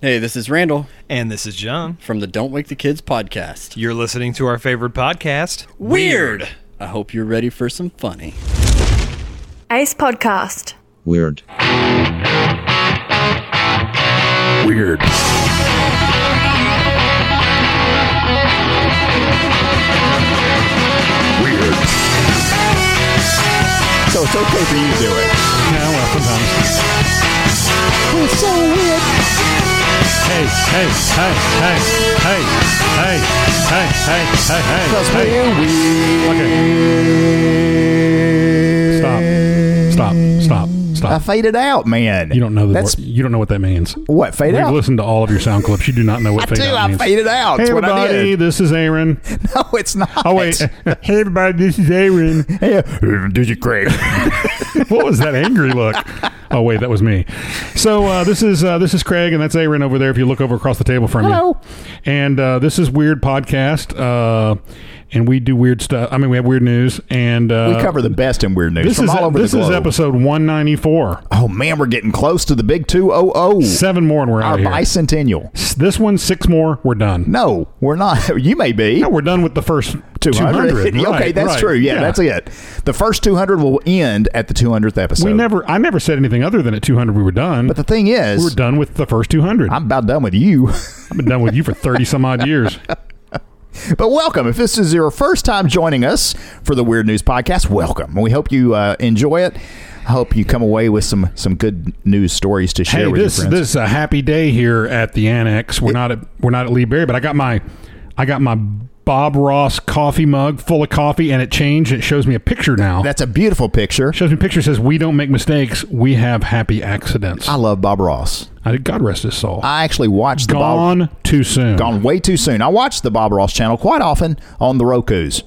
Hey, this is Randall And this is John. from the Don't Wake the Kids podcast. You're listening to our favorite podcast, I hope you're ready for some funny. Ace Podcast. Weird. Weird. weird. So it's okay for you to do it. Yeah, well, sometimes. Hey, hey, hey, hey, hey, hey, hey, hey, hey, hey. Because hey. we're weird. Okay. Stop. Stop. Stop. I Stop. faded out, man. You don't know the That's word. You don't know what that means. what fade We've out. listened to all of your sound clips. You do not know what I fade do. out I means. faded out. That's hey what I everybody, did. this is Aaron. No, it's not. Oh wait, hey everybody, this is Aaron. Yeah. Did you great? what was that angry look? Oh wait, that was me. So uh, this is uh, this is Craig, and that's Aaron over there. If you look over across the table from you, and uh, this is Weird Podcast, uh, and we do weird stuff. I mean, we have weird news, and uh, we cover the best in weird news This from is all over this the is globe. episode one ninety four. oh man, we're getting close to the big two oh oh. Seven more, and we're Our out of here. bicentennial. This one, six more, we're done. No, we're not. You may be. No, we're done with the first two 200. hundred. okay, that's true. Yeah, that's it. The first 200 will end at the 200th episode. We never, I never said anything other than at two hundred we were done. But the thing is, we were done with the first two hundred. I'm about done with you. I've been done with you for 30 some odd years. But welcome. If this is your first time joining us for the Weird News Podcast, welcome. We hope you uh, enjoy it. I hope you come away with some some good news stories to share hey, with this your friends. this is a happy day here at the annex. We're not at we're not at Lee Berry, but I got my I got my Bob Ross coffee mug full of coffee and it changed. It shows me a picture now. That's a beautiful picture. shows me a picture says we don't make mistakes, we have happy accidents. I love Bob Ross. I, God rest his soul. I actually watched the Bob gone too soon. gone way too soon. I watched the Bob Ross channel quite often on the Roku's.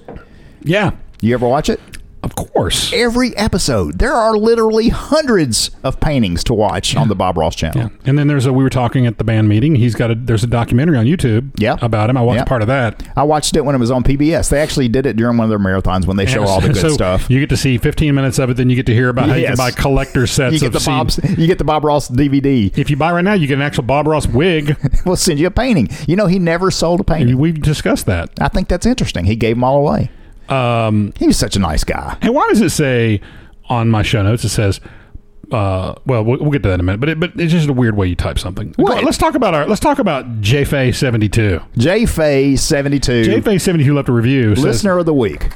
Yeah. You ever watch it? Of course. Every episode, there are literally hundreds of paintings to watch on the Bob Ross channel. Yeah. And then there's a we were talking at the band meeting. He's got a there's a documentary on YouTube Yeah. about him. I watched Yeah. part of that. I watched it when it was on PBS. They actually did it during one of their marathons when they show all the good So stuff. You get to see 15 minutes of it, then you get to hear about how you can Yes. buy collector sets You get of the C- Bob's, you get the Bob Ross DVD. If you buy right now, you get an actual Bob Ross wig. We'll send you a painting. You know, he never sold a painting. We've discussed that. I think that's interesting. He gave them all away. Um, He was such a nice guy. and why does it say on my show notes? It says, uh, well, we'll we'll get to that in a minute. But it, but it's just a weird way you type something. Go- What? Let's talk about our let's talk about JFay seventy two. J Fay seventy two, JFay seventy two left a review. says- listener of the week.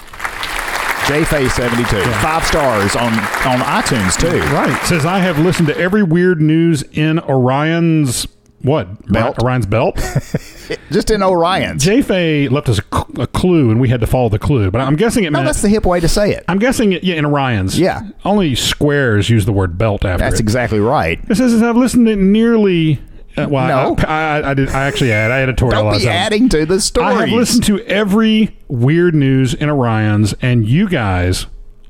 J Fay seventy two, five stars on on iTunes too. right says I have listened to every weird news in Orion's what Belt. Orion's belt. Just in Orion's. Jaffe left us a, cl- a clue, and we had to follow the clue. But I'm guessing it no, meant. that's the hip way to say it. I'm guessing it. Yeah, in Orion's. Yeah. Only squares use the word belt after. That's it. exactly right. It says I've listened to nearly. Uh, well, No. I, I, I did. I actually had. I editorialized. Don't be that. adding to the story. I have listened to every weird news in Orion's, and you guys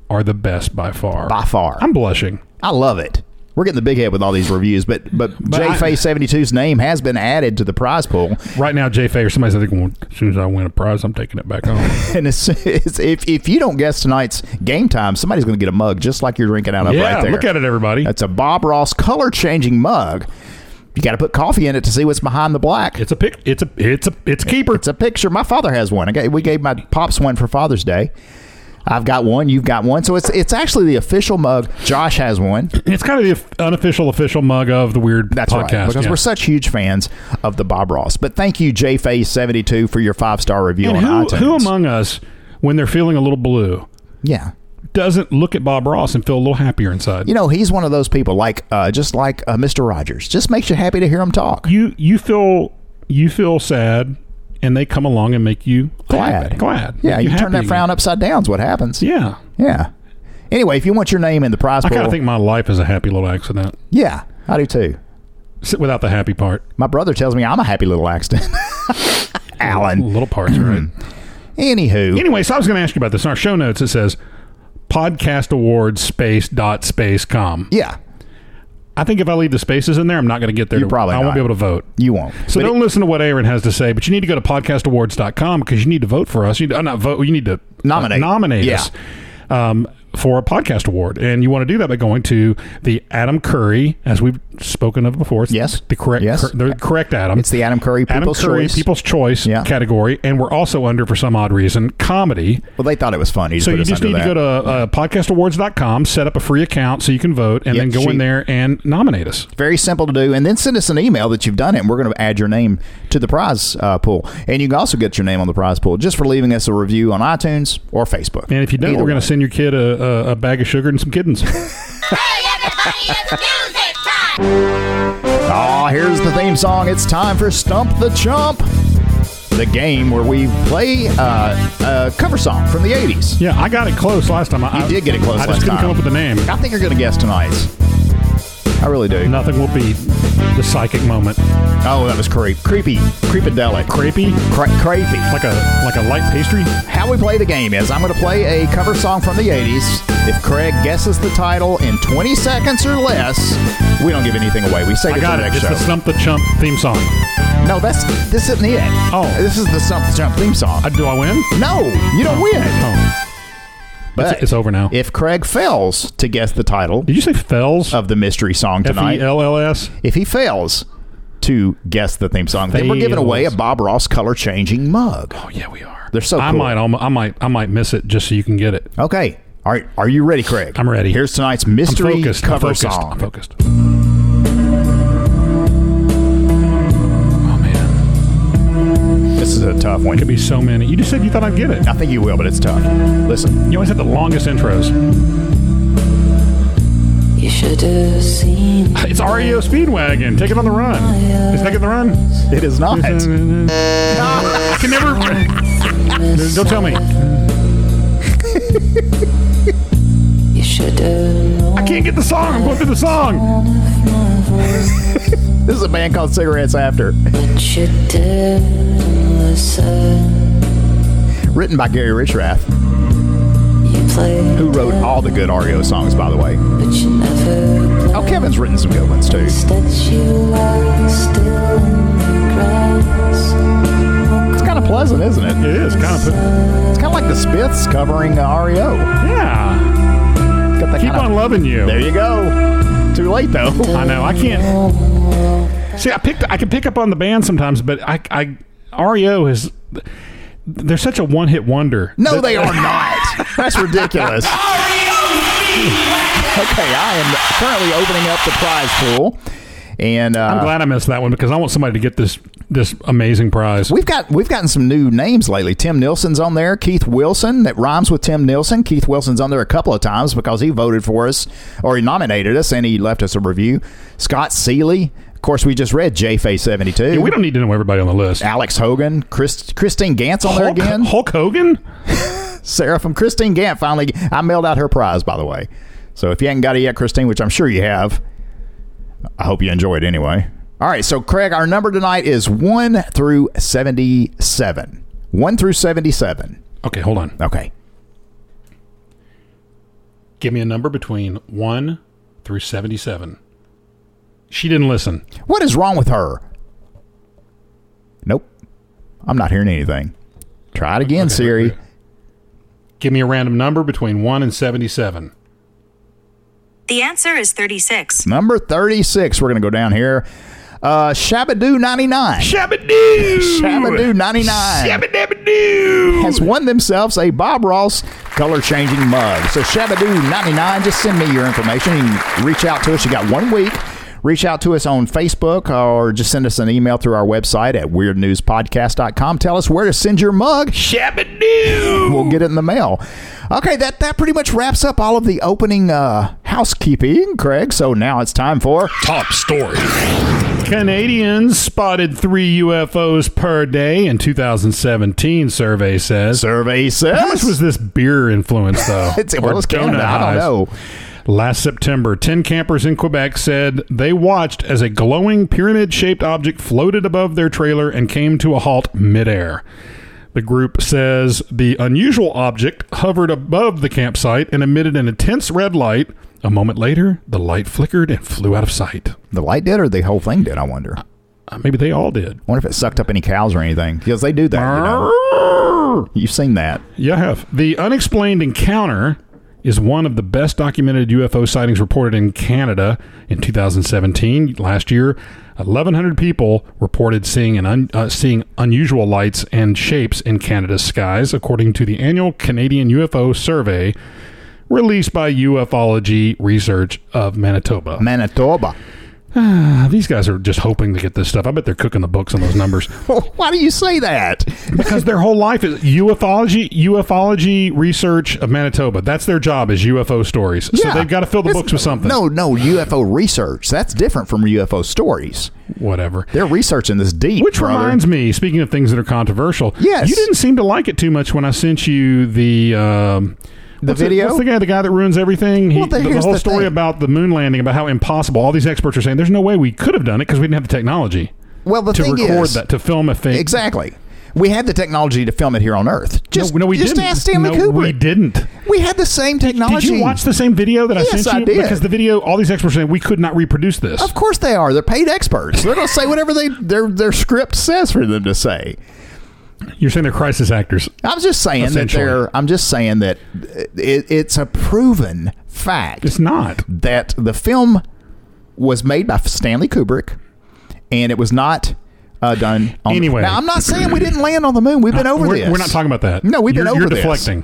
are the best by far. by far. I'm blushing. I love it. We're getting the big head with all these reviews, but but, But I- Jfay 72's name has been added to the prize pool, Right now, Jaffe or somebody's I think well, as soon as I win a prize, I'm taking it back home. and it's, it's, if if you don't guess tonight's game time, somebody's going to get a mug just like you're drinking out of yeah, right there. look at it, everybody. That's a Bob Ross color changing mug. You got to put coffee in it to see what's behind the black. it's a pic. It's a. It's a. It's a keeper. It's a picture. My father has one. I gave, we gave my pops one for Father's Day. I've got one. You've got one. So it's it's actually the official mug. Josh has one. It's kind of the of- unofficial, official mug of the weird That's podcast. right, because yeah. we're such huge fans of the Bob Ross. But thank you, JFay72, for your five star review and on who, iTunes. who among us, when they're feeling a little blue, yeah, doesn't look at Bob Ross and feel a little happier inside? you know he's one of those people, like uh, just like uh, Mister Rogers, just makes you happy to hear him talk. you you feel you feel sad, and they come along and make you glad, happy- glad. Yeah, Make you turn happy that frown upside down. Is what happens. again. Yeah, Yeah. Anyway, if you want your name in the prize I pool, kind of think my life is a happy little accident yeah, I do too. S- without the happy part. My brother tells me I'm a happy little accident. Alan. Little parts, right? Anywho, Anyway, so I was going to ask you about this in our show notes. It says podcast awards space dot space com. yeah, I think if I leave the spaces in there, I'm not going to get there. You to- probably I won't not. be able to vote. you won't. So But don't listen to what Aaron has to say, but you need to go to podcastawards.com because you need to vote for us. You need, uh, not vote. You need to uh, Nominate. nominate Yeah. us. Um, for a podcast award. And you want to do that by going to the Adam Curry, as we've spoken of before. It's Yes. The correct, Yes. cor- the correct Adam. It's the Adam Curry Adam People's Curry Choice. People's Choice Yeah. category. And we're also under, for some odd reason, comedy. Well, they thought it was funny. So you just need to go to uh, podcastawards.com, set up a free account so you can vote, and Yep, then go she- in there and nominate us. Very simple to do, and then send us an email that you've done it, and we're going to add your name to the prize uh, pool. And you can also get your name on the prize pool just for leaving us a review on iTunes or Facebook. And if you don't, Either we're going one. to send your kid a, a, a bag of sugar and some kittens. Hey, everybody, it's music time! Oh, here's the theme song. It's time for Stump the Chump, the game where we play uh, a cover song from the 80s. yeah, I got it close last time. I, You I- did get it close I last just couldn't time. come up with a name. I think you're going to guess tonight. I really do. Nothing will beat the psychic moment. Oh, that was creep. Creepy. Creepadelic. Crepey, Cra- creepy. like a like a light pastry. How we play the game is I'm going to play a cover song from the 80s. If Craig guesses the title in 20 seconds or less, we don't give anything away. We save I it got for the it. next It's the show. Stump the Chump theme song. no, that's this isn't it. Oh. this is the Stump the Jump theme song. Uh, do I win? no, you don't win. Oh, But it's over now. If Craig fails to guess the title Did you say Fells? of the mystery song F tonight, E L L S. if he fails to guess the theme song, then we're giving Fails. away a Bob Ross color changing mug. Oh yeah, we are. They're so I cool. might almost, I might I might miss it just so you can get it. Okay. All right. Are you ready, Craig? I'm ready. Here's tonight's I'm mystery focused. cover I'm focused. song. I'm focused. Oh man, This is a tough could one. be so many. You just said you thought I'd get it. I think you will, but it's tough. Listen. You always have the longest intros. You should have seen It's REO Speedwagon. Take it on the run. Is Take It on the run? It is not. I can never. Don't tell me. you should have known I can't get the song. I'm going through the song. This is a band called Cigarettes After, what you didn't listen. written by Gary Richrath, You played who wrote all the good REO songs, by the way. but you never Oh, Kevin's written some good ones, too. noticed that you were still in the grass. It's kind of pleasant, isn't it? It is kind of. It's kind of like the Spiths covering uh, REO. Yeah. It's got that Keep kinda- on loving There you. you go. Too late, though. I know. I can't. See, I picked. I can pick up on the band sometimes, but I, I REO is. They're such a one-hit wonder. No, they are not. That's ridiculous. okay, I am currently opening up the prize pool, and uh, I'm glad I missed that one because I want somebody to get this this amazing prize. we've got we've gotten some new names lately. Tim Nilson's on there. Keith Wilson that rhymes with Tim Nilson. Keith Wilson's on there a couple of times because he voted for us or he nominated us and he left us a review. Scott Seeley, of course, we just read JFay seventy two. Yeah, we don't need to know everybody on the list. Alex Hogan, Chris, Christine Gant's on there Hulk, again. Hulk Hogan. Sarah from Christine Gant finally. I mailed out her prize, by the way. So if you haven't got it yet, Christine, which I'm sure you have, I hope you enjoy it anyway. All right, so Craig, our number tonight is 1 through 77. 1 through 77. Okay, hold on. Okay. Give me a number between one through seventy-seven. She didn't listen. What is wrong with her? Nope. I'm not hearing anything. Try it again, Okay, Siri. okay. Give me a random number between 1 and 77. The answer is 36. Number 36. We're going to go down here. Uh, Shabadoo 99. Shabadoo! Shabadoo 99. Shabadabadoo! has won themselves a Bob Ross color changing mug. So Shabadoo99, just send me your information. You can reach out to us. You got one week. Reach out to us on Facebook or just send us an email through our website at weirdnewspodcast.com. Tell us where to send your mug. Shabadoo! We'll get it in the mail. Okay, that, that pretty much wraps up all of the opening uh, housekeeping, Craig. So now it's time for Top story. Canadians spotted three UFOs per day in 2017, survey says. Survey Says. How much was this beer influence, though? it's, Or well, it's Canada. donut I don't highs? know. Last September, 10 campers in Quebec said they watched as a glowing pyramid shaped object floated above their trailer and came to a halt midair. The group says the unusual object hovered above the campsite and emitted an intense red light. A moment later, the light flickered and flew out of sight. The light did or the whole thing did, I wonder. Uh, maybe they all did. wonder if it sucked up any cows or anything because they do that. You know? You've seen that. Yeah, I have. The unexplained encounter is one of the best documented UFO sightings reported in Canada in 2017. Last year, 1,100 people reported seeing an un, uh, seeing unusual lights and shapes in Canada's skies, according to the annual Canadian UFO Survey released by Ufology Research of Manitoba. Manitoba. Ah, These guys are just hoping to get this stuff. I bet they're cooking the books on those numbers Why do you say that? because their whole life is ufology ufology research of manitoba that's their job is ufo stories so they've got to fill the It's- books with something No, no, UFO research. That's different from UFO stories. whatever They're researching this deep. which brother. reminds me speaking of things that are controversial Yes. you didn't seem to like it too much when i sent you the um The what's it- video? what's the guy the guy that ruins everything he, Well, the, the here's whole the story thing. about the moon landing about how impossible all these experts are saying there's no way we could have done it because we didn't have the technology Well, the to thing record is, that to film a thing exactly. We had the technology to film it here on Earth. Just, no, no, we just didn't. ask Stanley no, Kubrick. We didn't. We had the same technology. Did you watch the same video that I Yes, sent I you? did. Because the video, all these experts are saying we could not reproduce this. Of course they are. They're paid experts. They're going to say whatever they their their script says for them to say. You're saying they're crisis actors. I'm just saying that Essentially. they're. I'm just saying that it, it's a proven fact. It's not. that the film was made by Stanley Kubrick, and it was not uh, done. On Anyway. now I'm not saying we didn't land on the moon. We've been over we're, this. We're not talking about that. No, we've been you're, over You're this. deflecting.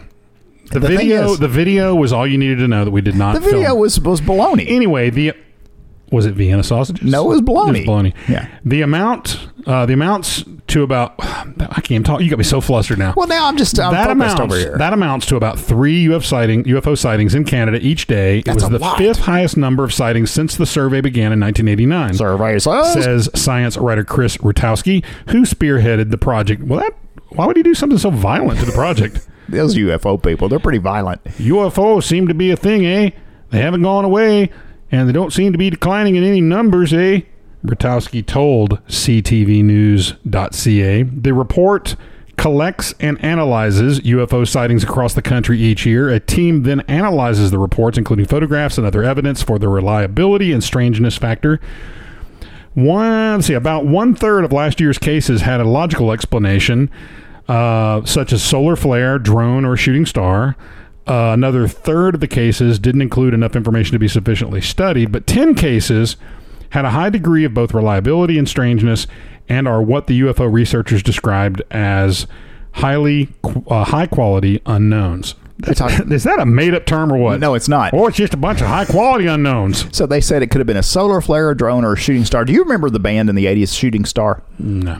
The, The thing video. is- the video was all you needed to know that we did not. The video film. was was baloney. anyway. The was it Vienna sausages? No, it was bologna. bologna. Yeah. The amount. Uh, the amounts to about. I can't talk. You got me so flustered now. well, now I'm just I'm that focused amounts over here. that amounts to about three UFO sighting UFO sightings in Canada each day. That's it a was the lot. fifth highest number of sightings since the survey began in 1989. Survey says- says science writer Chris Rutowski, who spearheaded the project. Well, that why would he do something so violent to the project? Those UFO people, they're pretty violent. UFOs seem to be a thing, eh? They haven't gone away, and they don't seem to be declining in any numbers, eh? Bratowski told CTVnews.ca. The report collects and analyzes UFO sightings across the country each year. A team then analyzes the reports, including photographs and other evidence, for their reliability and strangeness factor. One, let's see, about one third of last year's cases had a logical explanation, uh, such as solar flare, drone, or shooting star. Uh, another third of the cases didn't include enough information to be sufficiently studied, but 10 cases had a high degree of both reliability and strangeness and are what the UFO researchers described as highly qu- uh, high quality unknowns. They're talking- Is that a made up term or what? No, it's not. Or it's just a bunch of high quality unknowns. So they said it could have been a solar flare, a drone, or a shooting star. Do you remember the band in the '80s, Shooting Star? No.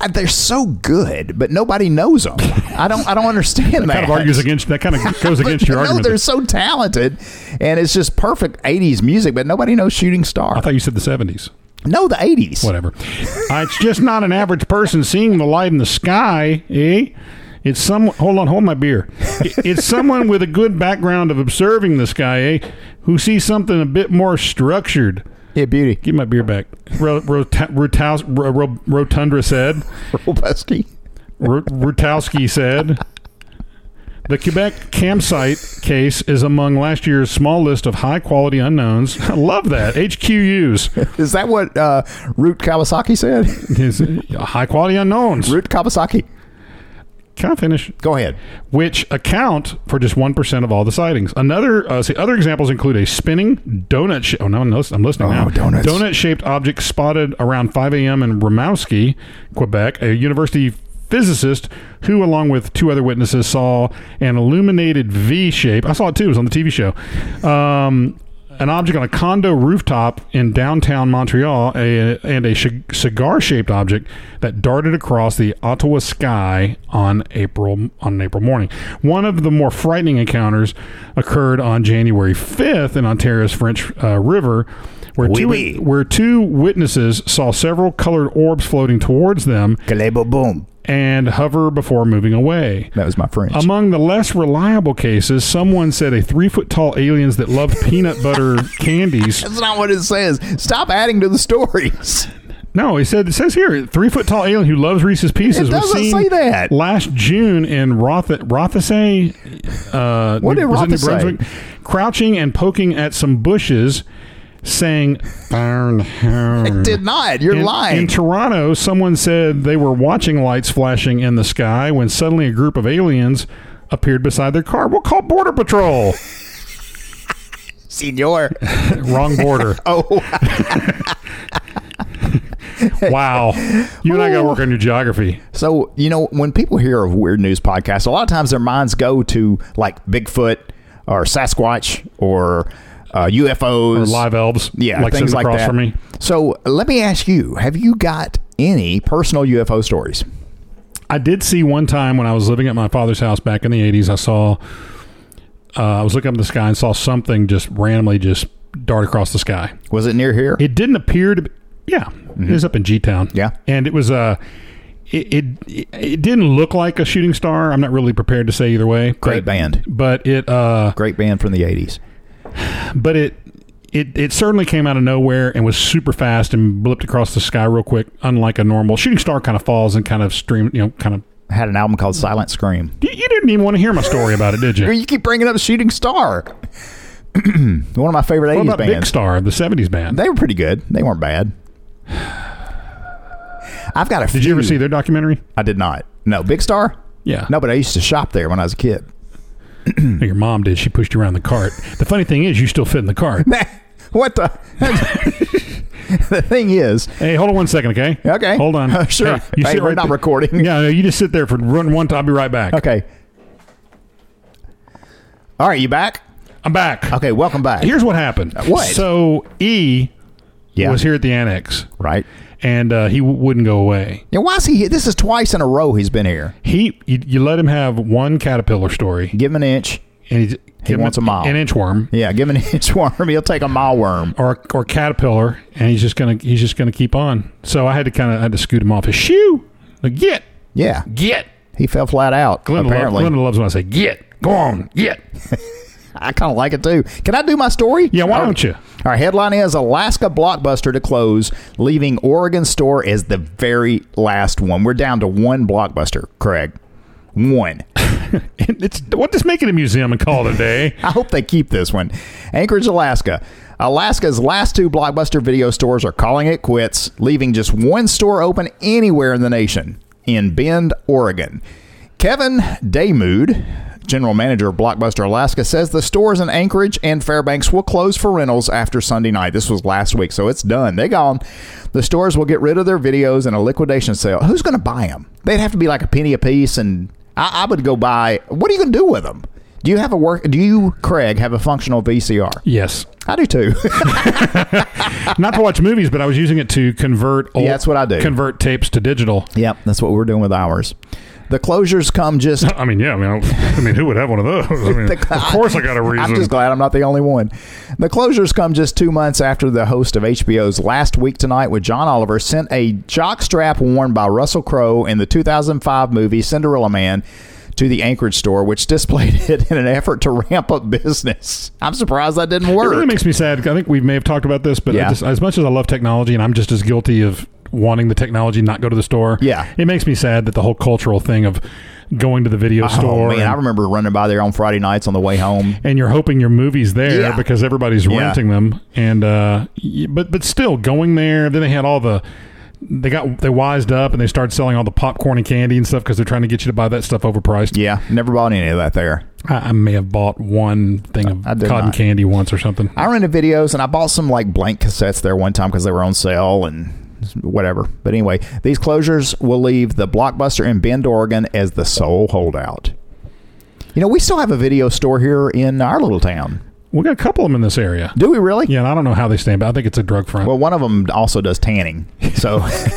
Uh, They're so good, but nobody knows them. I don't. I don't understand that. Kind of argues against that. Kind of goes against your no, argument. they're so talented, and it's just perfect '80s music. But nobody knows Shooting Star. I thought you said the seventies. no, the '80s. Whatever. Uh, it's just not an average person seeing the light in the sky, eh? It's some. Hold on, hold my beer. It- It's someone with a good background of observing the sky, eh? Who sees something a bit more structured. Yeah, beauty. Give my beer back. Ro- Rota- Rotaus- Ro- Ro- Rotundra said. Robusky. Ru- Rutowski said. The Quebec campsite case is among last year's small list of high quality unknowns. I love that. HQUs. Is that what uh, Root Kawasaki said? Is- uh, high quality unknowns. Root Kawasaki. Can I finish? Go ahead. Which account for just 1% of all the sightings. Another, uh, see, other examples include a spinning donut shape. Oh, no, no, I'm listening now. donuts. Donut shaped object spotted around 5 a.m. in Rimouski, Quebec. A university physicist who, along with two other witnesses, saw an illuminated V shape. I saw it too, it was on the TV show. Um, an object on a condo rooftop in downtown Montreal a, and a sh- cigar shaped object that darted across the Ottawa sky on April on an April morning. One of the more frightening encounters occurred on January 5th in Ontario's French uh, River where two, Oui, oui. where two witnesses saw several colored orbs floating towards them Kalebo boom. and hover before moving away. That was my French. Among the less reliable cases, someone said a three foot tall aliens that loved peanut butter candies. That's not what it says. Stop adding to the stories. No, he said it says here three foot tall alien who loves Reese's Pieces. It was doesn't seen say that. Last June in Roth Rothesay, uh, What did was it New Rothesay? Brunswick, crouching and poking at some bushes, saying "It It did not. You're Mm. in, lying. In Toronto, someone said they were watching lights flashing in the sky when suddenly a group of aliens appeared beside their car. We'll call Border Patrol. Senor. Wrong border. Oh, Wow. You and I got to work on your geography. so you know when people hear of weird news podcasts, a lot of times their minds go to like Bigfoot or Sasquatch or uh, UFOs Or live elves. yeah, Like things sitting like across that. from me. So let me ask you: Have you got any personal UFO stories? I did see one time when I was living at my father's house back in the 80s, I saw, uh, I was looking up in the sky and saw something just randomly just dart across the sky. Was it near here? It didn't appear to be, yeah, it was up in G Town. Mm-hmm. Yeah. And it was, uh, it, it, it, it didn't look like a shooting star. I'm not really prepared to say either way. Great but- band, But it, uh, great band from the '80s. but it, it, it certainly came out of nowhere and was super fast and blipped across the sky real quick, unlike a normal shooting star kind of falls and kind of stream, you know, kind of. Had an album called Silent Scream. You, you didn't even want to hear my story about it, did you? You keep bringing up Shooting Star, one of my favorite What '80s about Big bands. Star, the '70s band? They were pretty good. They weren't bad. I've got a. Did you ever see their documentary? I did not. No, Big Star. Yeah. No, but I used to shop there when I was a kid. No, your mom did. She pushed you around the cart. The funny thing is, you still fit in the cart. what the? the thing is, Hey, hold on one second, okay? Okay. Hold on. Sure. Hey, we're not there- recording. Yeah, no, you just sit there for run one. I'll be right back. okay. All right, you back? I'm back. Okay, welcome back. Here's what happened. what? So E yeah, was here at the annex, right? and uh, he w- wouldn't go away. Now, why is he? here? This is twice in a row he's been here. He, you, you let him have one caterpillar story, Give him an inch. and he, give him wants a mile. an inchworm. Yeah, give him an inch worm. He'll take a mile worm. or or caterpillar, and he's just gonna he's just gonna keep on. So I had to kind of had to scoot him off his shoe. Like get Yeah, get. he fell flat out. Glenda, loves, apparently, Glenda loves when I say get. Go on, get. I kind of like it too. Can I do my story? Yeah, why All don't you? Our headline is Alaska Blockbuster to close, leaving Oregon store as the very last one. We're down to one Blockbuster, Craig. One. It's what just make it a museum and call it eh? a day. I hope they keep this one. Anchorage, Alaska. Alaska's last two blockbuster video stores are calling it quits, leaving just one store open anywhere in the nation in Bend, Oregon. Kevin Daymood, general manager of Blockbuster Alaska, says the stores in Anchorage and Fairbanks will close for rentals after Sunday night. This was last week, so it's done. They gone. The stores will get rid of their videos in a liquidation sale. Who's going to buy them? They'd have to be like a penny a piece, and I, I would go buy. What are you going to do with them? Do you have a work? Do you, Craig, have a functional VCR? Yes, I do too. not to watch movies, but I was using it to convert. Old, that's what I do. Convert tapes to digital. yep, that's what we're doing with ours. The closures come just. I mean, yeah. I mean, I, I mean, who would have one of those? I mean, of course, I got a reason. I'm just glad I'm not the only one. The closures come just two months after the host of HBO's Last Week Tonight with John Oliver sent a jockstrap worn by Russell Crowe in the 2005 movie Cinderella Man to the Anchorage store, which displayed it in an effort to ramp up business. I'm surprised that didn't It work. really makes me sad. I think we may have talked about this, but I Yeah. just, as much as I love technology, and I'm just as guilty of wanting the technology, not go to the store. Yeah. it makes me sad that the whole cultural thing of going to the video oh store man, I and, remember running by there on Friday nights on the way home. and you're hoping your movie's there Yeah. because everybody's Yeah. renting them. And uh, y- but but still going there. Then they had all the. They got they wised up and they started selling all the popcorn and candy and stuff because they're trying to get you to buy that stuff overpriced. Yeah, never bought any of that there. I, I may have bought one thing of I did cotton not. candy once or something. I rented videos and I bought some like blank cassettes there one time because they were on sale and whatever. But anyway, these closures will leave the Blockbuster in Bend, Oregon as the sole holdout. You know, we still have a video store here in our little town. We got a couple of them in this area. Do we really? Yeah, and I don't know how they stand, but I think it's a drug front. Well, one of them also does tanning. So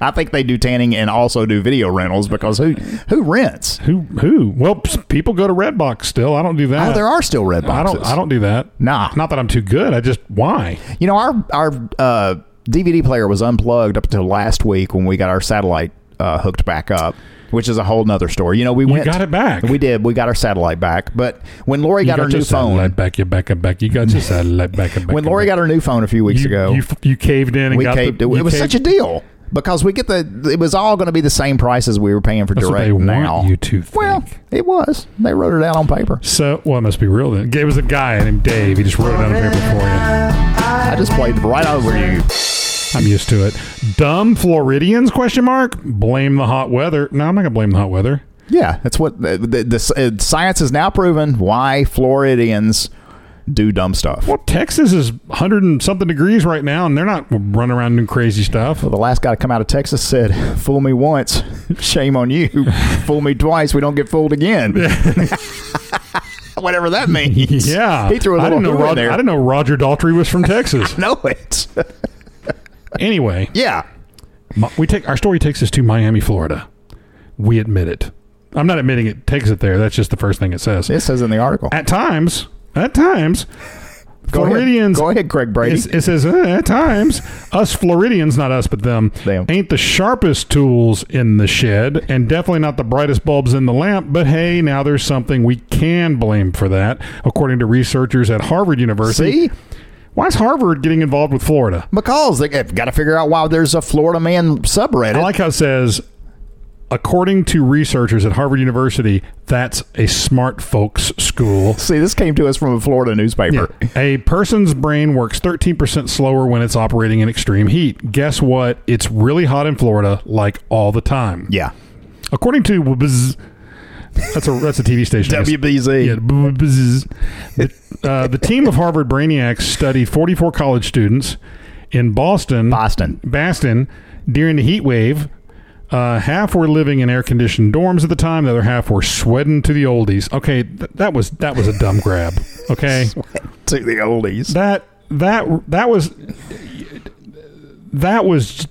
I think they do tanning and also do video rentals because who who rents? Who? Who? Well, p- people go to Redbox still. I don't do that. Oh, there are still red I boxes. don't. I don't do that. Nah. Not that I'm too good. I just why? You know, our our uh, DVD player was unplugged up until last week when we got our satellite uh, hooked back up, which is a whole nother story. You know, we went got it back. We did. We got our satellite back. But when Lori got, her your new phone, satellite back. You back and back. You got your satellite back and back. when and Lori back. got her new phone a few weeks you, ago, you, f- you caved in and we got caved. the. it was such a deal because we get the. It was all going to be the same price as we were paying for That's what direct they want now. you to think. Well, it was. They wrote it out on paper. So well, it must be real then. It was a guy named Dave. He just wrote it on paper for I just played right over you. you. I'm used to it. Dumb Floridians? Question mark. Blame the hot weather. No, I'm not gonna blame the hot weather. uh, Yeah, that's what the, the, the, uh, science has now proven why Floridians do dumb stuff. Well, Texas is 100 and something degrees right now, and they're not running around doing crazy stuff. Well, the last guy to come out of Texas said, "Fool me once, shame on you. Fool me twice, we don't get fooled again." Whatever that means. Yeah. he threw a I little didn't who know in Roger, there. I didn't know Roger Daltrey was from Texas. know it. anyway, yeah, mi- we take our story takes us to Miami, Florida. We admit it. I'm not admitting it takes it there. That's just the first thing it says. it says in the article. At times, at times, Go ahead, Floridians go ahead, Craig Brady. It's- It says uh, at times, us Floridians, not us, but them, Them. ain't the sharpest tools in the shed, and definitely not the brightest bulbs in the lamp. But hey, now there's something we can blame for that, according to researchers at Harvard University. See, Why is Harvard getting involved with Florida? McCall's they have got to figure out why there's a Florida man subreddit. I like how it says, according to researchers at Harvard University, that's a smart folks school. See, this came to us from a Florida newspaper. A person's brain works 13% slower when it's operating in extreme heat. Guess what? It's really hot in Florida, like all the time. Yeah, According to WBZ, that's a that's a TV station. WBZ. Yeah, WBZ. The, uh, the team of Harvard brainiacs studied 44 college students in Boston. Boston. Boston during the heat wave. Uh, half were living in air-conditioned dorms at the time. The other half were sweating to the oldies. Okay, th- that was that was a dumb grab. Okay, to the oldies. that that that was that was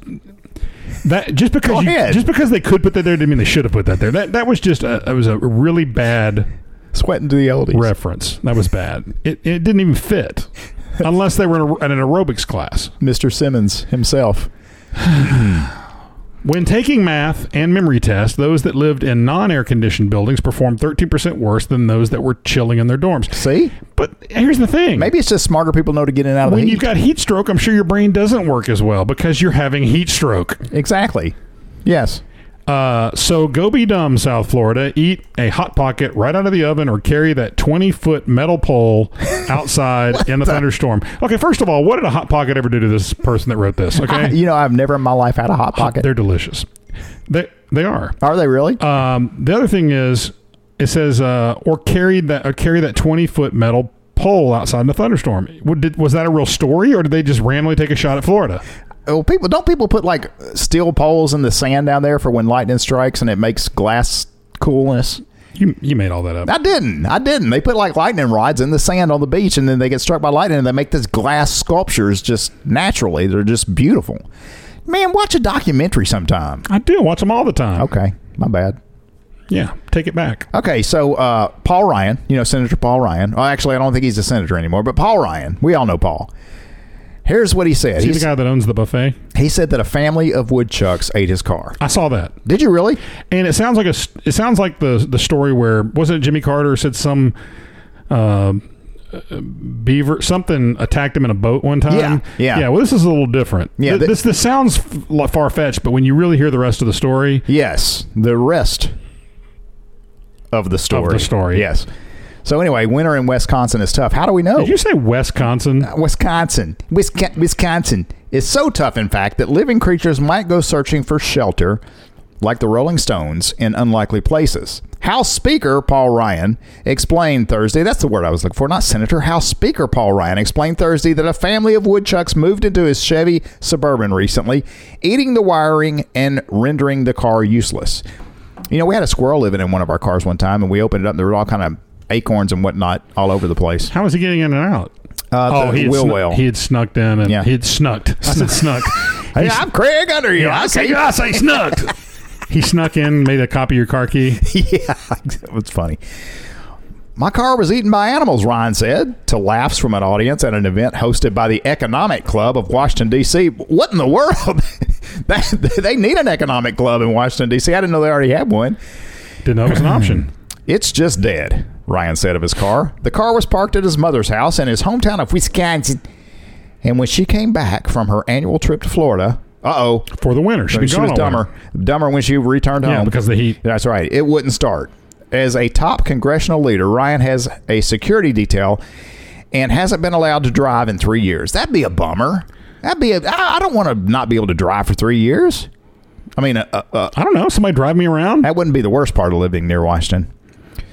that just Go because you, ahead. just because they could put that there didn't mean they should have put that there. That that was just a, it was a really bad Sweating to the oldies. reference. That was bad. It it didn't even fit unless they were in a, in an aerobics class. Mr. Simmons himself. When taking math and memory tests, those that lived in non-air conditioned buildings performed 13% worse than those that were chilling in their dorms. See, But here's the thing. maybe it's just smarter people know to get in and out of when the heat. you've got heat stroke, I'm sure your brain doesn't work as well because you're having heat stroke. exactly. Yes. Uh, so go be dumb, South Florida. Eat a hot pocket right out of the oven, or carry that twenty-foot metal pole outside in a thunderstorm. Okay, first of all, what did a hot pocket ever do to this person that wrote this? Okay, You know, I've never in my life had a hot Hot- pocket. They're delicious. They they are. Are they really? Um, the other thing is, it says uh, or carried that or carry that twenty-foot metal pole outside in a thunderstorm. What, did, was that a real story, or did they just randomly take a shot at Florida? oh, people don't people put like steel poles in the sand down there for when lightning strikes and it makes glass coolness. You you made all that up. I didn't. I didn't. They put like lightning rods in the sand on the beach, and then they get struck by lightning, and they make these glass sculptures just naturally. They're just beautiful. Man, watch a documentary sometime. I do watch them all the time. Okay, my bad. Yeah, take it back. Okay, so uh, Paul Ryan, you know Senator Paul Ryan. Well, actually, I don't think he's a senator anymore, but Paul Ryan. We all know Paul. Here's what he said. See He, the guy that owns the buffet? he said that a family of woodchucks ate his car. I saw that. Did you really? And it sounds like a it sounds like the the story where wasn't it Jimmy Carter said some uh, beaver something attacked him in a boat one time. Yeah, yeah. Well, this is a little different. Yeah, Th- th- this this sounds far fetched, but when you really hear the rest of the story, Yes, the rest of the story. story. Yes. So anyway, winter in Wisconsin is tough. How do we know? did you say Wisconsin? Wisconsin. Wisca- Wisconsin is so tough, in fact, that living creatures might go searching for shelter, like the Rolling Stones, in unlikely places. House Speaker Paul Ryan explained Thursday, that's the word I was looking for, not Senator. House Speaker Paul Ryan explained Thursday that a family of woodchucks moved into his Chevy Suburban recently, eating the wiring and rendering the car useless. You know, we had a squirrel living in one of our cars one time, and we opened it up, and there were all kind of acorns and whatnot all over the place. How was he getting in and out? Uh, the Oh, he had wheel snu- well. he had snuck in and Yeah. he had snucked. I said snuck. Hey, He I'm Craig under you. Yeah, I I say, say, I say snuck. he snuck in, made a copy of your car key. yeah, it's funny. My car was eaten by animals, Ryan said, to laughs from an audience at an event hosted by the Economic Club of Washington, D.C. What in the world? they, they need an economic club in Washington, D.C. I didn't know they already had one. Didn't know it was an option. It's just dead, Ryan said of his car. The car was parked at his mother's house in his hometown of Wisconsin. And when she came back from her annual trip to Florida, uh oh, for the winter. She'd she be gone was all dumber. winter. Dumber when she returned Yeah, home. because of the heat. That's right. It wouldn't start. As a top congressional leader, Ryan has a security detail and hasn't been allowed to drive in three years. That'd be a bummer. That'd be a. I I don't want to not be able to drive for three years. I mean, uh, uh, uh, I don't know. Somebody drive me around? that wouldn't be the worst part of living near Washington.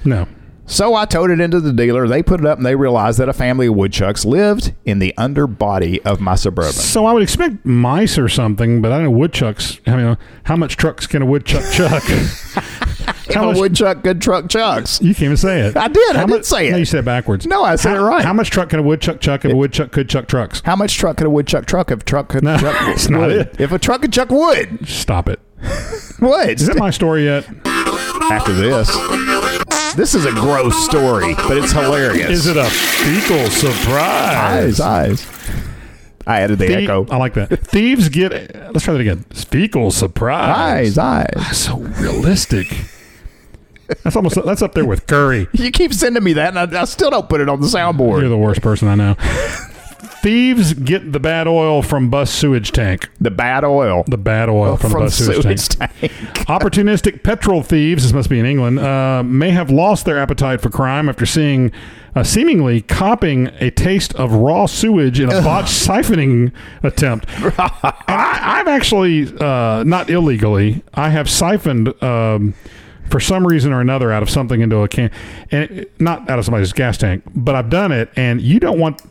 No. So I towed it into the dealer. They put it up and they realized that a family of woodchucks lived in the underbody of my suburban. So I would expect mice or something, but I don't know woodchucks. I mean, how much trucks can a woodchuck chuck? how a much? woodchuck good truck chucks. you can't even say it. I did. How I did much- say it. No, you said it backwards. No, I said how, it right. How much truck can a woodchuck chuck if a woodchuck could chuck trucks? How much truck could a woodchuck truck if truck could No, chuck it's not wood? it. If a truck could chuck wood, Stop it. wood. Is that my story yet? After this, this is a gross story, but it's hilarious. Is it a fecal eyes? surprise? Eyes. I added the Thie- echo. I like that. Thieves get. Let's try that again. Fecal Eyes, surprise. eyes. So realistic. That's almost. That's up there with curry. You keep sending me that, and I, I still don't put it on the You're soundboard. the worst person I know. Thieves get the bad oil from bus sewage tank. The bad oil The bad oil Oh, from, from bus sewage, sewage tank. tank. Opportunistic petrol thieves, this must be in England, uh, may have lost their appetite for crime after seeing, uh, seemingly copying a taste of raw sewage in a botched siphoning attempt. And I, I've actually, uh, not illegally, I have siphoned. Um, for some reason or another, out of something into a can, and it, not out of somebody's gas tank, but I've done it, and you don't want,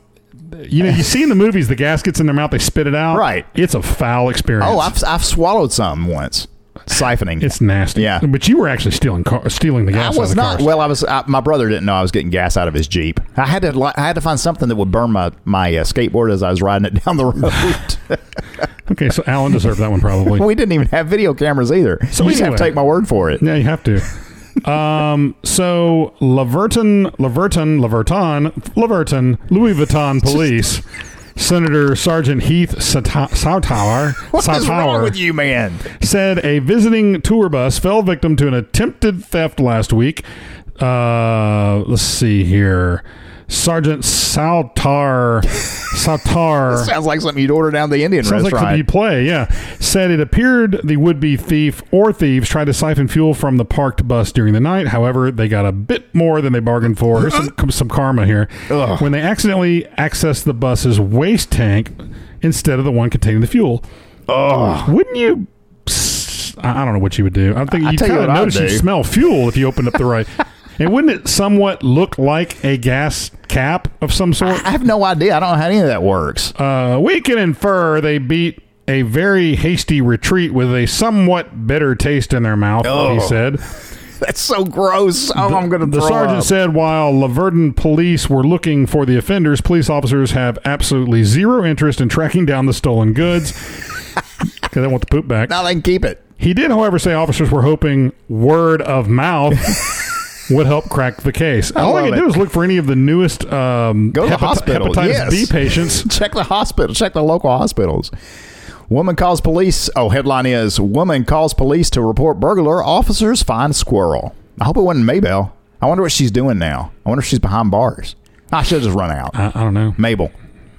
you know, you see in the movies the gas gets in their mouth, they spit it out, Right. It's a foul experience. Oh, I've, I've swallowed some once. Siphoning. It's nasty. Yeah. But you were actually stealing car, stealing the I gas. was out of not. Cars. Well, I was. I, my brother didn't know I was getting gas out of his jeep. I had to. li- I had to find something that would burn my my uh, skateboard as I was riding it down the road. okay, so Alan deserved that one probably. we didn't even have video cameras either. So So you just have to anyway. take my word for it. yeah, you have to. Um, so Laverton, Laverton, Laverton, Laverton, Louis Vuitton police, Senator Sergeant Heath Sata- Sautower, What's wrong Sautower with you, man? said a visiting tour bus fell victim to an attempted theft last week. Uh, let's see here. Sergeant Sautar, Sautar. Sounds like something you'd order down the Indian Sounds like restaurant. something you play, yeah. Said it appeared the would be thief or thieves tried to siphon fuel from the parked bus during the night. However, they got a bit more than they bargained for. Here's some, some karma here. When they accidentally accessed the bus's waste tank instead of the one containing the fuel. Oh. Wouldn't you? s- I I don't know what you would do. I think I you tell you kind of what I'd notice you do. smell fuel if you opened up the right. and wouldn't it somewhat look like a gas cap of some sort? I have no idea. I don't know how any of that works. Uh, we can infer they beat a very hasty retreat with a somewhat bitter taste in their mouth, he said. That's so gross. Oh, I'm going to The Oh. throw sergeant up. said while Laverton police were looking for the offenders, police officers have absolutely zero interest in tracking down the stolen goods. Because they want the poop back. "Now they can keep it." He did, however, say officers were hoping word of mouth would help crack the case. All love I can do it. is look for any of the newest um, Go to the hepati- hospital, hepatitis yes. B patients. Check the hospital. Check the local hospitals. Woman calls police. Oh, headline is Woman calls police to report burglar. Officers find squirrel. I hope it wasn't Maybell. I wonder what she's doing now. I wonder if she's behind bars. I should just run out. I, I don't know. Mabel.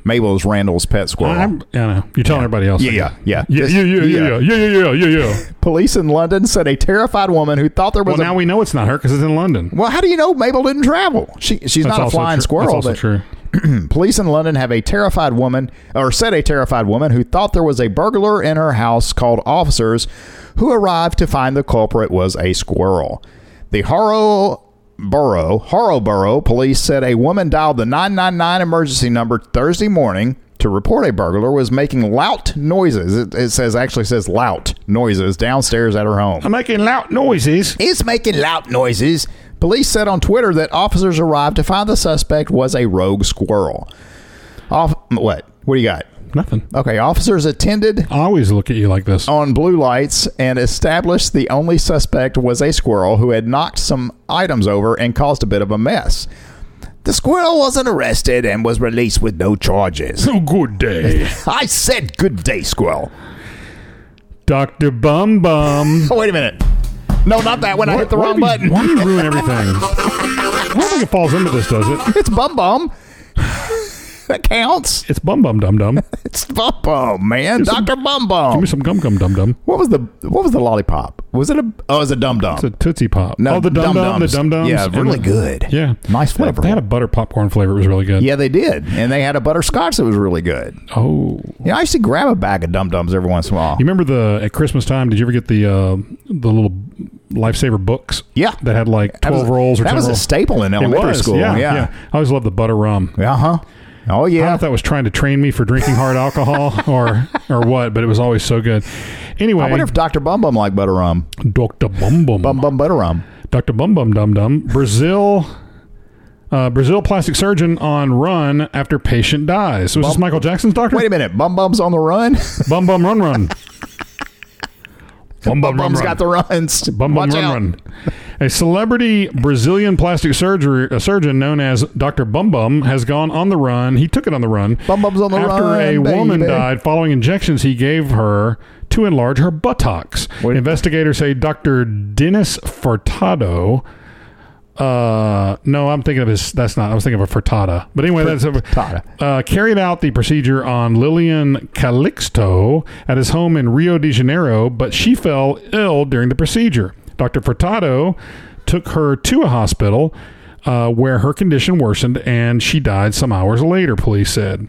Mabel is Randall's pet squirrel. I'm, I know. You're telling everybody else. Yeah, yeah, yeah. Yeah, Just- yeah, yeah, yeah, yeah, yeah, yeah, yeah, yeah. police in London said a terrified woman who thought there was Well, a. now we know it's not her because it's in London. well, how do you know Mabel didn't travel? She, she's not a also flying true. squirrel. That's also but- true. Police in London have a terrified woman, or said a terrified woman, who thought there was a burglar in her house called officers, who arrived to find the culprit was a squirrel. The Harrowborough, Harrowborough police said a woman dialed the 999 emergency number Thursday morning to report a burglar was making loud noises. It, it says actually says loud noises downstairs at her home. I'm making loud noises. It's making loud noises. Police said on Twitter that officers arrived to find the suspect was a rogue squirrel. Off what? What do you got? Nothing. Okay, officers attended I always look at you like this. on blue lights and established the only suspect was a squirrel who had knocked some items over and caused a bit of a mess. The squirrel wasn't arrested and was released with no charges. So good day, I said good day, squirrel. Doctor Bum Bum. Oh, wait a minute. No, not that one. I hit the Why wrong do you- button. Why do you ruin everything? I don't think it falls into this, does it? It's Bum Bum. that counts. It's Bum Bum Dum Dum. It's Bum Bum, man. It's a- Doctor Bum Give me Bum. some gum gum dum dum. What was the What was the lollipop? Was it a Oh, it was a Dum Dum. It's a Tootsie Pop. No, oh, the dum dum, the Dum-Dums. dum dums. Yeah, really good. Yeah, Nice They had- flavor. They had a butter popcorn flavor. It was really good. Yeah, they did, and they had a butterscotch that was really good. Oh, You know, I used to grab a bag of Dum Dums every once in a while. You remember the at Christmas time? Did you ever get the uh, the little lifesaver books. Yeah. that had like That was- twelve rolls or that 10 was a rolls. staple in It elementary was, school. Yeah, Yeah. I always loved the butter rum. Uh huh. Oh I don't know yeah. if that was trying to train me for drinking hard alcohol or or what, but it was always so good. Anyway, I wonder if Doctor Bum Bum liked butter rum. Dr. Bum Bum, Bum Bum butter rum. Dr. Bum Bum Dum Dum, Brazil. Uh, Brazil plastic surgeon on run after patient dies. Was this Bum- Michael Jackson's doctor? Wait a minute. Bum Bum's on the run. Bum Bum Run Run. Bum Bum Run Bum's Run. got the runs. Bum Bum Watch Run out. Run. A celebrity Brazilian plastic surgery a surgeon known as Dr. Bum Bum has gone on the run. He took it on the run. Bum Bum's on the after run, a woman baby. died following injections he gave her to enlarge her buttocks. Wait. Investigators say Dr. Dennis Furtado. Uh, no, I'm thinking of his. That's not. I was thinking of a frittata. But anyway, that's a Frittata. uh, carried out the procedure on Lillian Calixto at his home in Rio de Janeiro, but she fell ill during the procedure. Dr. Furtado took her to a hospital uh, where her condition worsened and she died some hours later, police said.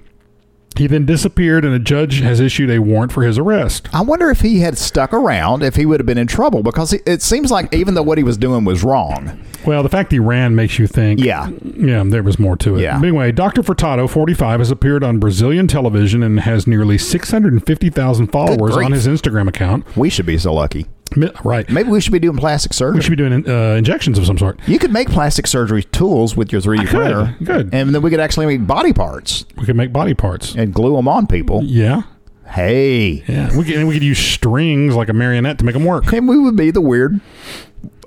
He then disappeared, and a judge has issued a warrant for his arrest. I wonder if he had stuck around, if he would have been in trouble, because it- it seems like even though what he was doing was wrong. Well, the fact he ran makes you think. Yeah. Yeah, there was more to it. Yeah. But anyway, Dr. Furtado, 45, has appeared on Brazilian television and has nearly 650,000 followers grief. on his Instagram account. We should be so lucky. Mi- Right. Maybe we should be doing plastic surgery. We should be doing uh, injections of some sort. You could make plastic surgery tools with your 3D could. printer. Good. And then we could actually make body parts We could make body parts. and glue them on people. Yeah. Hey. Yeah. We could, and we could use strings like a marionette to make them work. And we would be the weird,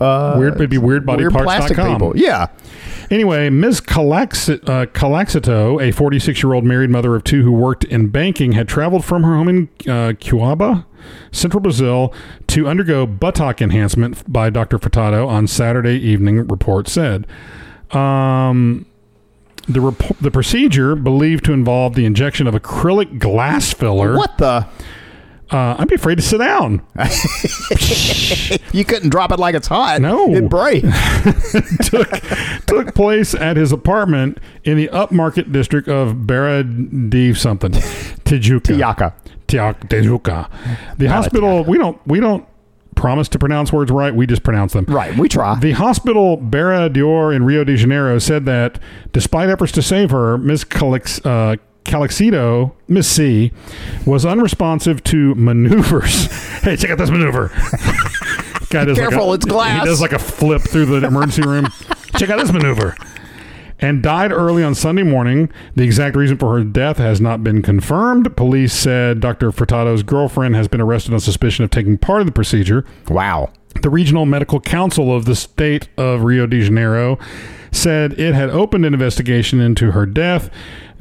uh, weird, it'd be weird plastic people. weirdbodyparts.com. Yeah. Anyway, Ms. Calaxi- uh, Calaxito, a 46 year old married mother of two who worked in banking, had traveled from her home in uh, Cuiaba, central Brazil, to undergo buttock enhancement by Dr. Furtado on Saturday evening, report said. Um, the, rep- the procedure believed to involve the injection of acrylic glass filler. What the? Uh, I'd be afraid to sit down. You couldn't drop it like it's hot. No. It'd break. took took place at his apartment in the upmarket district of Barra de something, Tijuca. Yaka. Tiac- Tijuca. The hospital. We don't. We don't promise to pronounce words right. We just pronounce them Right. We try. The hospital Barra de Or in Rio de Janeiro said that, despite efforts to save her, Miss Calix, uh, Calixito, Miss C, was unresponsive to maneuvers. hey, check out this maneuver. Guy does Careful, it's glass. He does like a flip through the emergency room. check out this maneuver. And died early on Sunday morning. The exact reason for her death has not been confirmed. Police said Dr. Furtado's girlfriend has been arrested on suspicion of taking part in the procedure. wow. The Regional Medical Council of the state of Rio de Janeiro said it had opened an investigation into her death.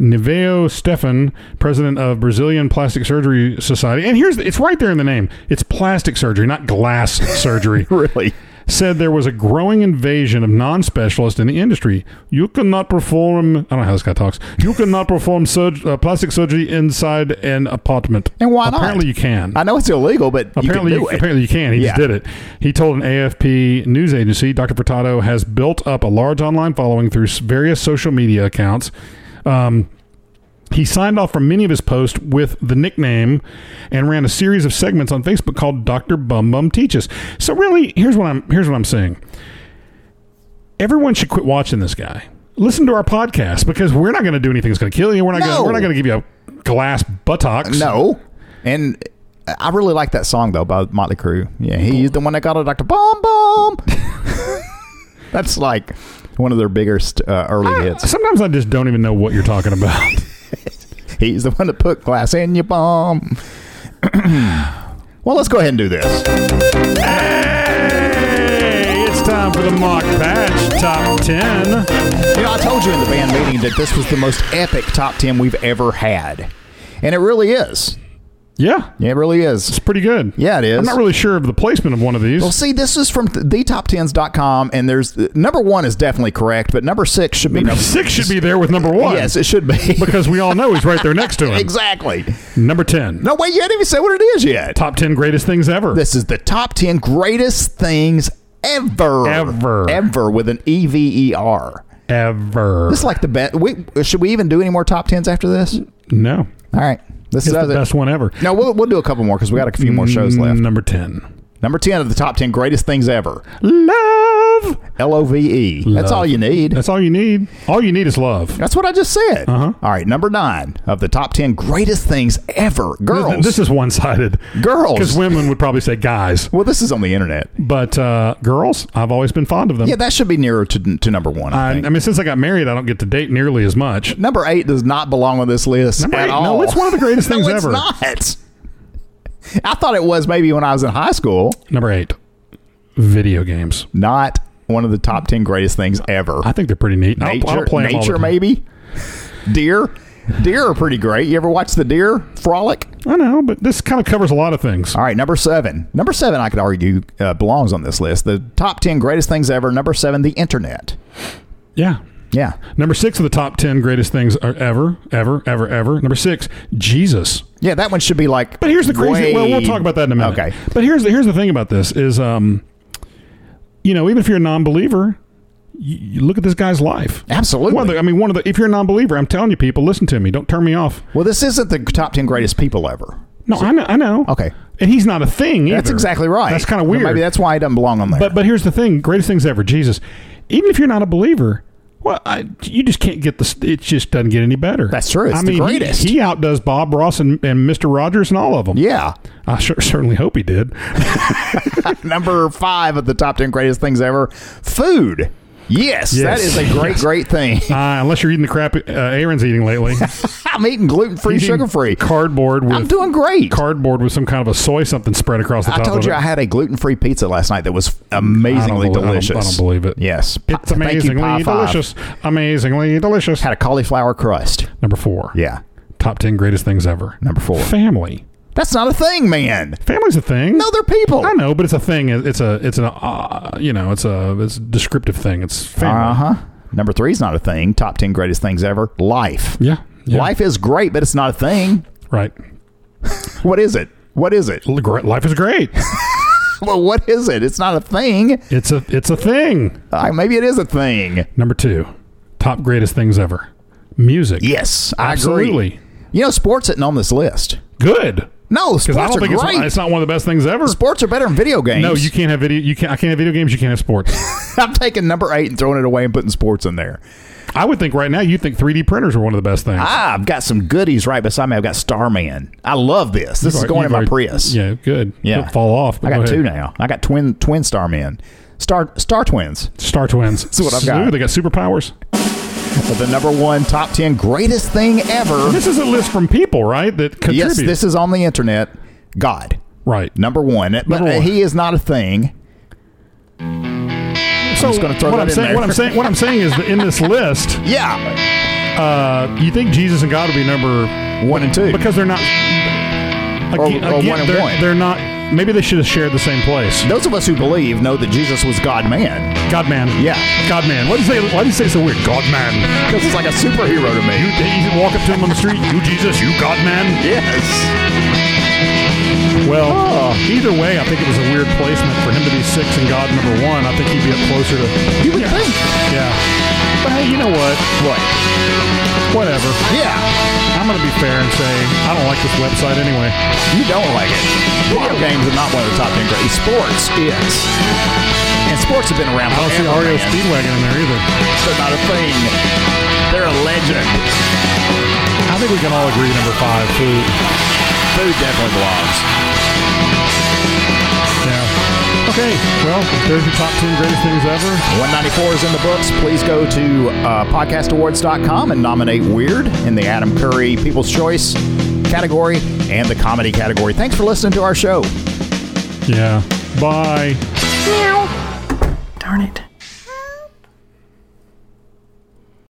Niveo Stefan, president of Brazilian Plastic Surgery Society, and here's it's right there in the name. It's plastic surgery, not glass surgery. Really? Said there was a growing invasion of non-specialists in the industry. You cannot perform. I don't know how this guy talks. You cannot perform surg- uh, plastic surgery inside an apartment. And why not? Apparently, you can I know it's illegal, but apparently, you can do it. apparently you can. He just Yeah. did it. He told an AFP news agency, Dr. Furtado has built up a large online following through s- various social media accounts. Um, he signed off from many of his posts with the nickname and ran a series of segments on Facebook called Dr. Bum Bum Teaches. So really, here's what I'm here's what I'm saying. Everyone should quit watching this guy. Listen to our podcast because we're not going to do anything that's going to kill you. We're not No. gonna, we're not going to give you a glass buttocks. No. And I really like that song though by Motley Crue. Yeah, he's the one that got it, Dr. Bomb Bomb. That's like one of their biggest uh, early hits. Sometimes I just don't even know what you're talking about. He's the one that put glass in your bomb. well, let's go ahead and do this. Hey, it's time for the mock patch top 10. You know, I told you in the band meeting that this was the most epic top 10 we've ever had. And it really is. Yeah, Yeah, it really is. it's pretty good. Yeah, it is. I'm not really sure of the placement of one of these. Well, see, this is from th- thetop10s.com, and there's number one is definitely correct, but number six should be number six should be there with number one. Yes, it should be. because we all know he's right there next to him. exactly. Number 10. No, wait, you haven't even said what it is yet. Top 10 greatest things ever. This is the top 10 greatest things ever. Ever. Ever with an E V E R. ever. This is like the best. We, should we even do any more top 10s after this? no. All right. This It's is the best one Mm, ever. No, we'll, we'll do a couple more because we got a few more shows left. Number 10. Number 10 of the top 10 greatest things ever. Love. L O V E. That's all you need. That's all you need. All you need is love. That's what I just said. Uh-huh. All right, number nine of the top 10 greatest things ever. Girls. This is one sided. Girls. Because women would probably say guys. well, this is on the internet. But uh, girls, I've always been fond of them. Yeah, that should be nearer to, to number one. I I, I think. mean, since I got married, I don't get to date nearly as much. number eight does not belong on this list Number at eight, all. no, it's one of the greatest No, things it's ever. not. I thought it was maybe when I was in high school. Number eight, video games. Not one of the top 10 greatest things ever. I think they're pretty neat. I'll- nature, I'll, play 'em all the nature time. maybe? Deer? Deer are pretty great. You ever watch the deer frolic? I know, but this kind of covers a lot of things. All right, number seven. Number seven, I could argue, uh, belongs on this list. The top 10 greatest things ever. Number seven, the internet. Yeah. Yeah. Number six of the top ten greatest things are ever, ever, ever, ever. Number six, Jesus. Yeah, that one should be like. But here's the crazy. way- Well, we'll talk about that in a minute. Okay. But here's the here's the thing about this is, um, you know, even if you're a non-believer, you, you look at this guy's life. Absolutely. One of the, I mean, one of the. If you're a non-believer, I'm telling you, people, listen to me. Don't turn me off. Well, this isn't the top 10 greatest people ever. No, I know. I know. Okay. And he's not a thing. That's either. exactly right. That's kind of But weird. Maybe that's why it doesn't belong on there. But but here's the thing: greatest things ever, Jesus. Even if you're not a believer, well, I, you just can't get this. It just doesn't get any better. That's true. It's I the mean, he- greatest. He, outdoes Bob Ross and, and Mister Rogers and all of them. yeah. I cer- certainly hope he did. Uh, Number five of the top 10 greatest things ever food. Yes, that Yes. is a great, Yes. great thing. Uh, unless you're eating the crap uh, Aaron's eating lately. I'm eating gluten free, He's eating sugar free. Cardboard with I'm doing great. cardboard with some kind of a soy something spread across the I top told of you it. I had a gluten free pizza last night that was amazingly I don't believe- I don't- delicious. I don't believe it. Yes. it's Pi- thank you, Pi amazingly Five. delicious. Amazingly delicious. Had a cauliflower crust. Number four. Yeah. Top ten greatest things ever. Number four. Family. That's not a thing, man. Family's a thing. No, they're people. I know, but it's a thing. It's a it's an uh, you know it's a it's a descriptive thing. It's family. Uh huh. Number three is not a thing. Top 10 greatest things ever. Life. Yeah, yeah. Life is great, but it's not a thing. right? What is it? What is it? L- gre- Life is great. Well, what is it? It's not a thing. it's a it's a thing. Uh, maybe it is a thing. Number two, top greatest things ever. Music. Yes, I absolutely agree. You know, sports isn't on this list. good. No, sports Because I don't are think great. it's, it's not one of the best things ever. sports are better than video games. No, you can't have video. You can't. I can't have video games. You can't have sports. I'm taking number eight and throwing it away and putting sports in there. I would think right now you think 3D printers are one of the best things. Ah, I've got some goodies right beside me. I've got Starman. I love this. This is You've going in my already- Prius. Yeah, good. Yeah. Don't fall off. but I go got ahead. two now. I got twin twin Starman. Star Star Twins. Star Twins. That's what I've got. Ooh, they got superpowers. The number one top ten greatest thing ever. This is a list from people, right? That contribute. Yes, this is on the internet. God. right. Number one. but Number uh, one. he is not a thing. So just gonna throw what that I'm in saying, there. what I'm saying, what I'm saying is that in this list, Yeah. uh, you think Jesus and God would be number One and two. because they're not. Or- Again, or again, one and they're, one. they're not. Maybe they should have shared the same place. Those of us who believe know that Jesus was God man. God man. Yeah. God man. Why do you say? Why do you say it so weird? God man. Because it's like a superhero to You, me. you walk up to him on the street. You Jesus. You God man. Yes. Oh. Well, either way, I think it was a weird placement for him to be six and God number one. I think he'd be up closer to. You would yeah. think. Yeah. But hey, you know what? What? Whatever. Yeah. I'm going to be fair and say I don't like this website anyway. You don't like it. Video games are not one of the top ten greatest. Sports is. And sports have been around I don't see forever, REO man. Speedwagon in there either. They're not a thing. They're a legend. I think we can all agree number five, food. Food definitely belongs. Yeah. Okay. Well, there's your top ten greatest things ever. 194 is in the books. Please go to uh, podcastawards.com and nominate Weird in the Adam Curry People's Choice category and the comedy category. Thanks for listening to our show. Yeah. Bye. Darn it.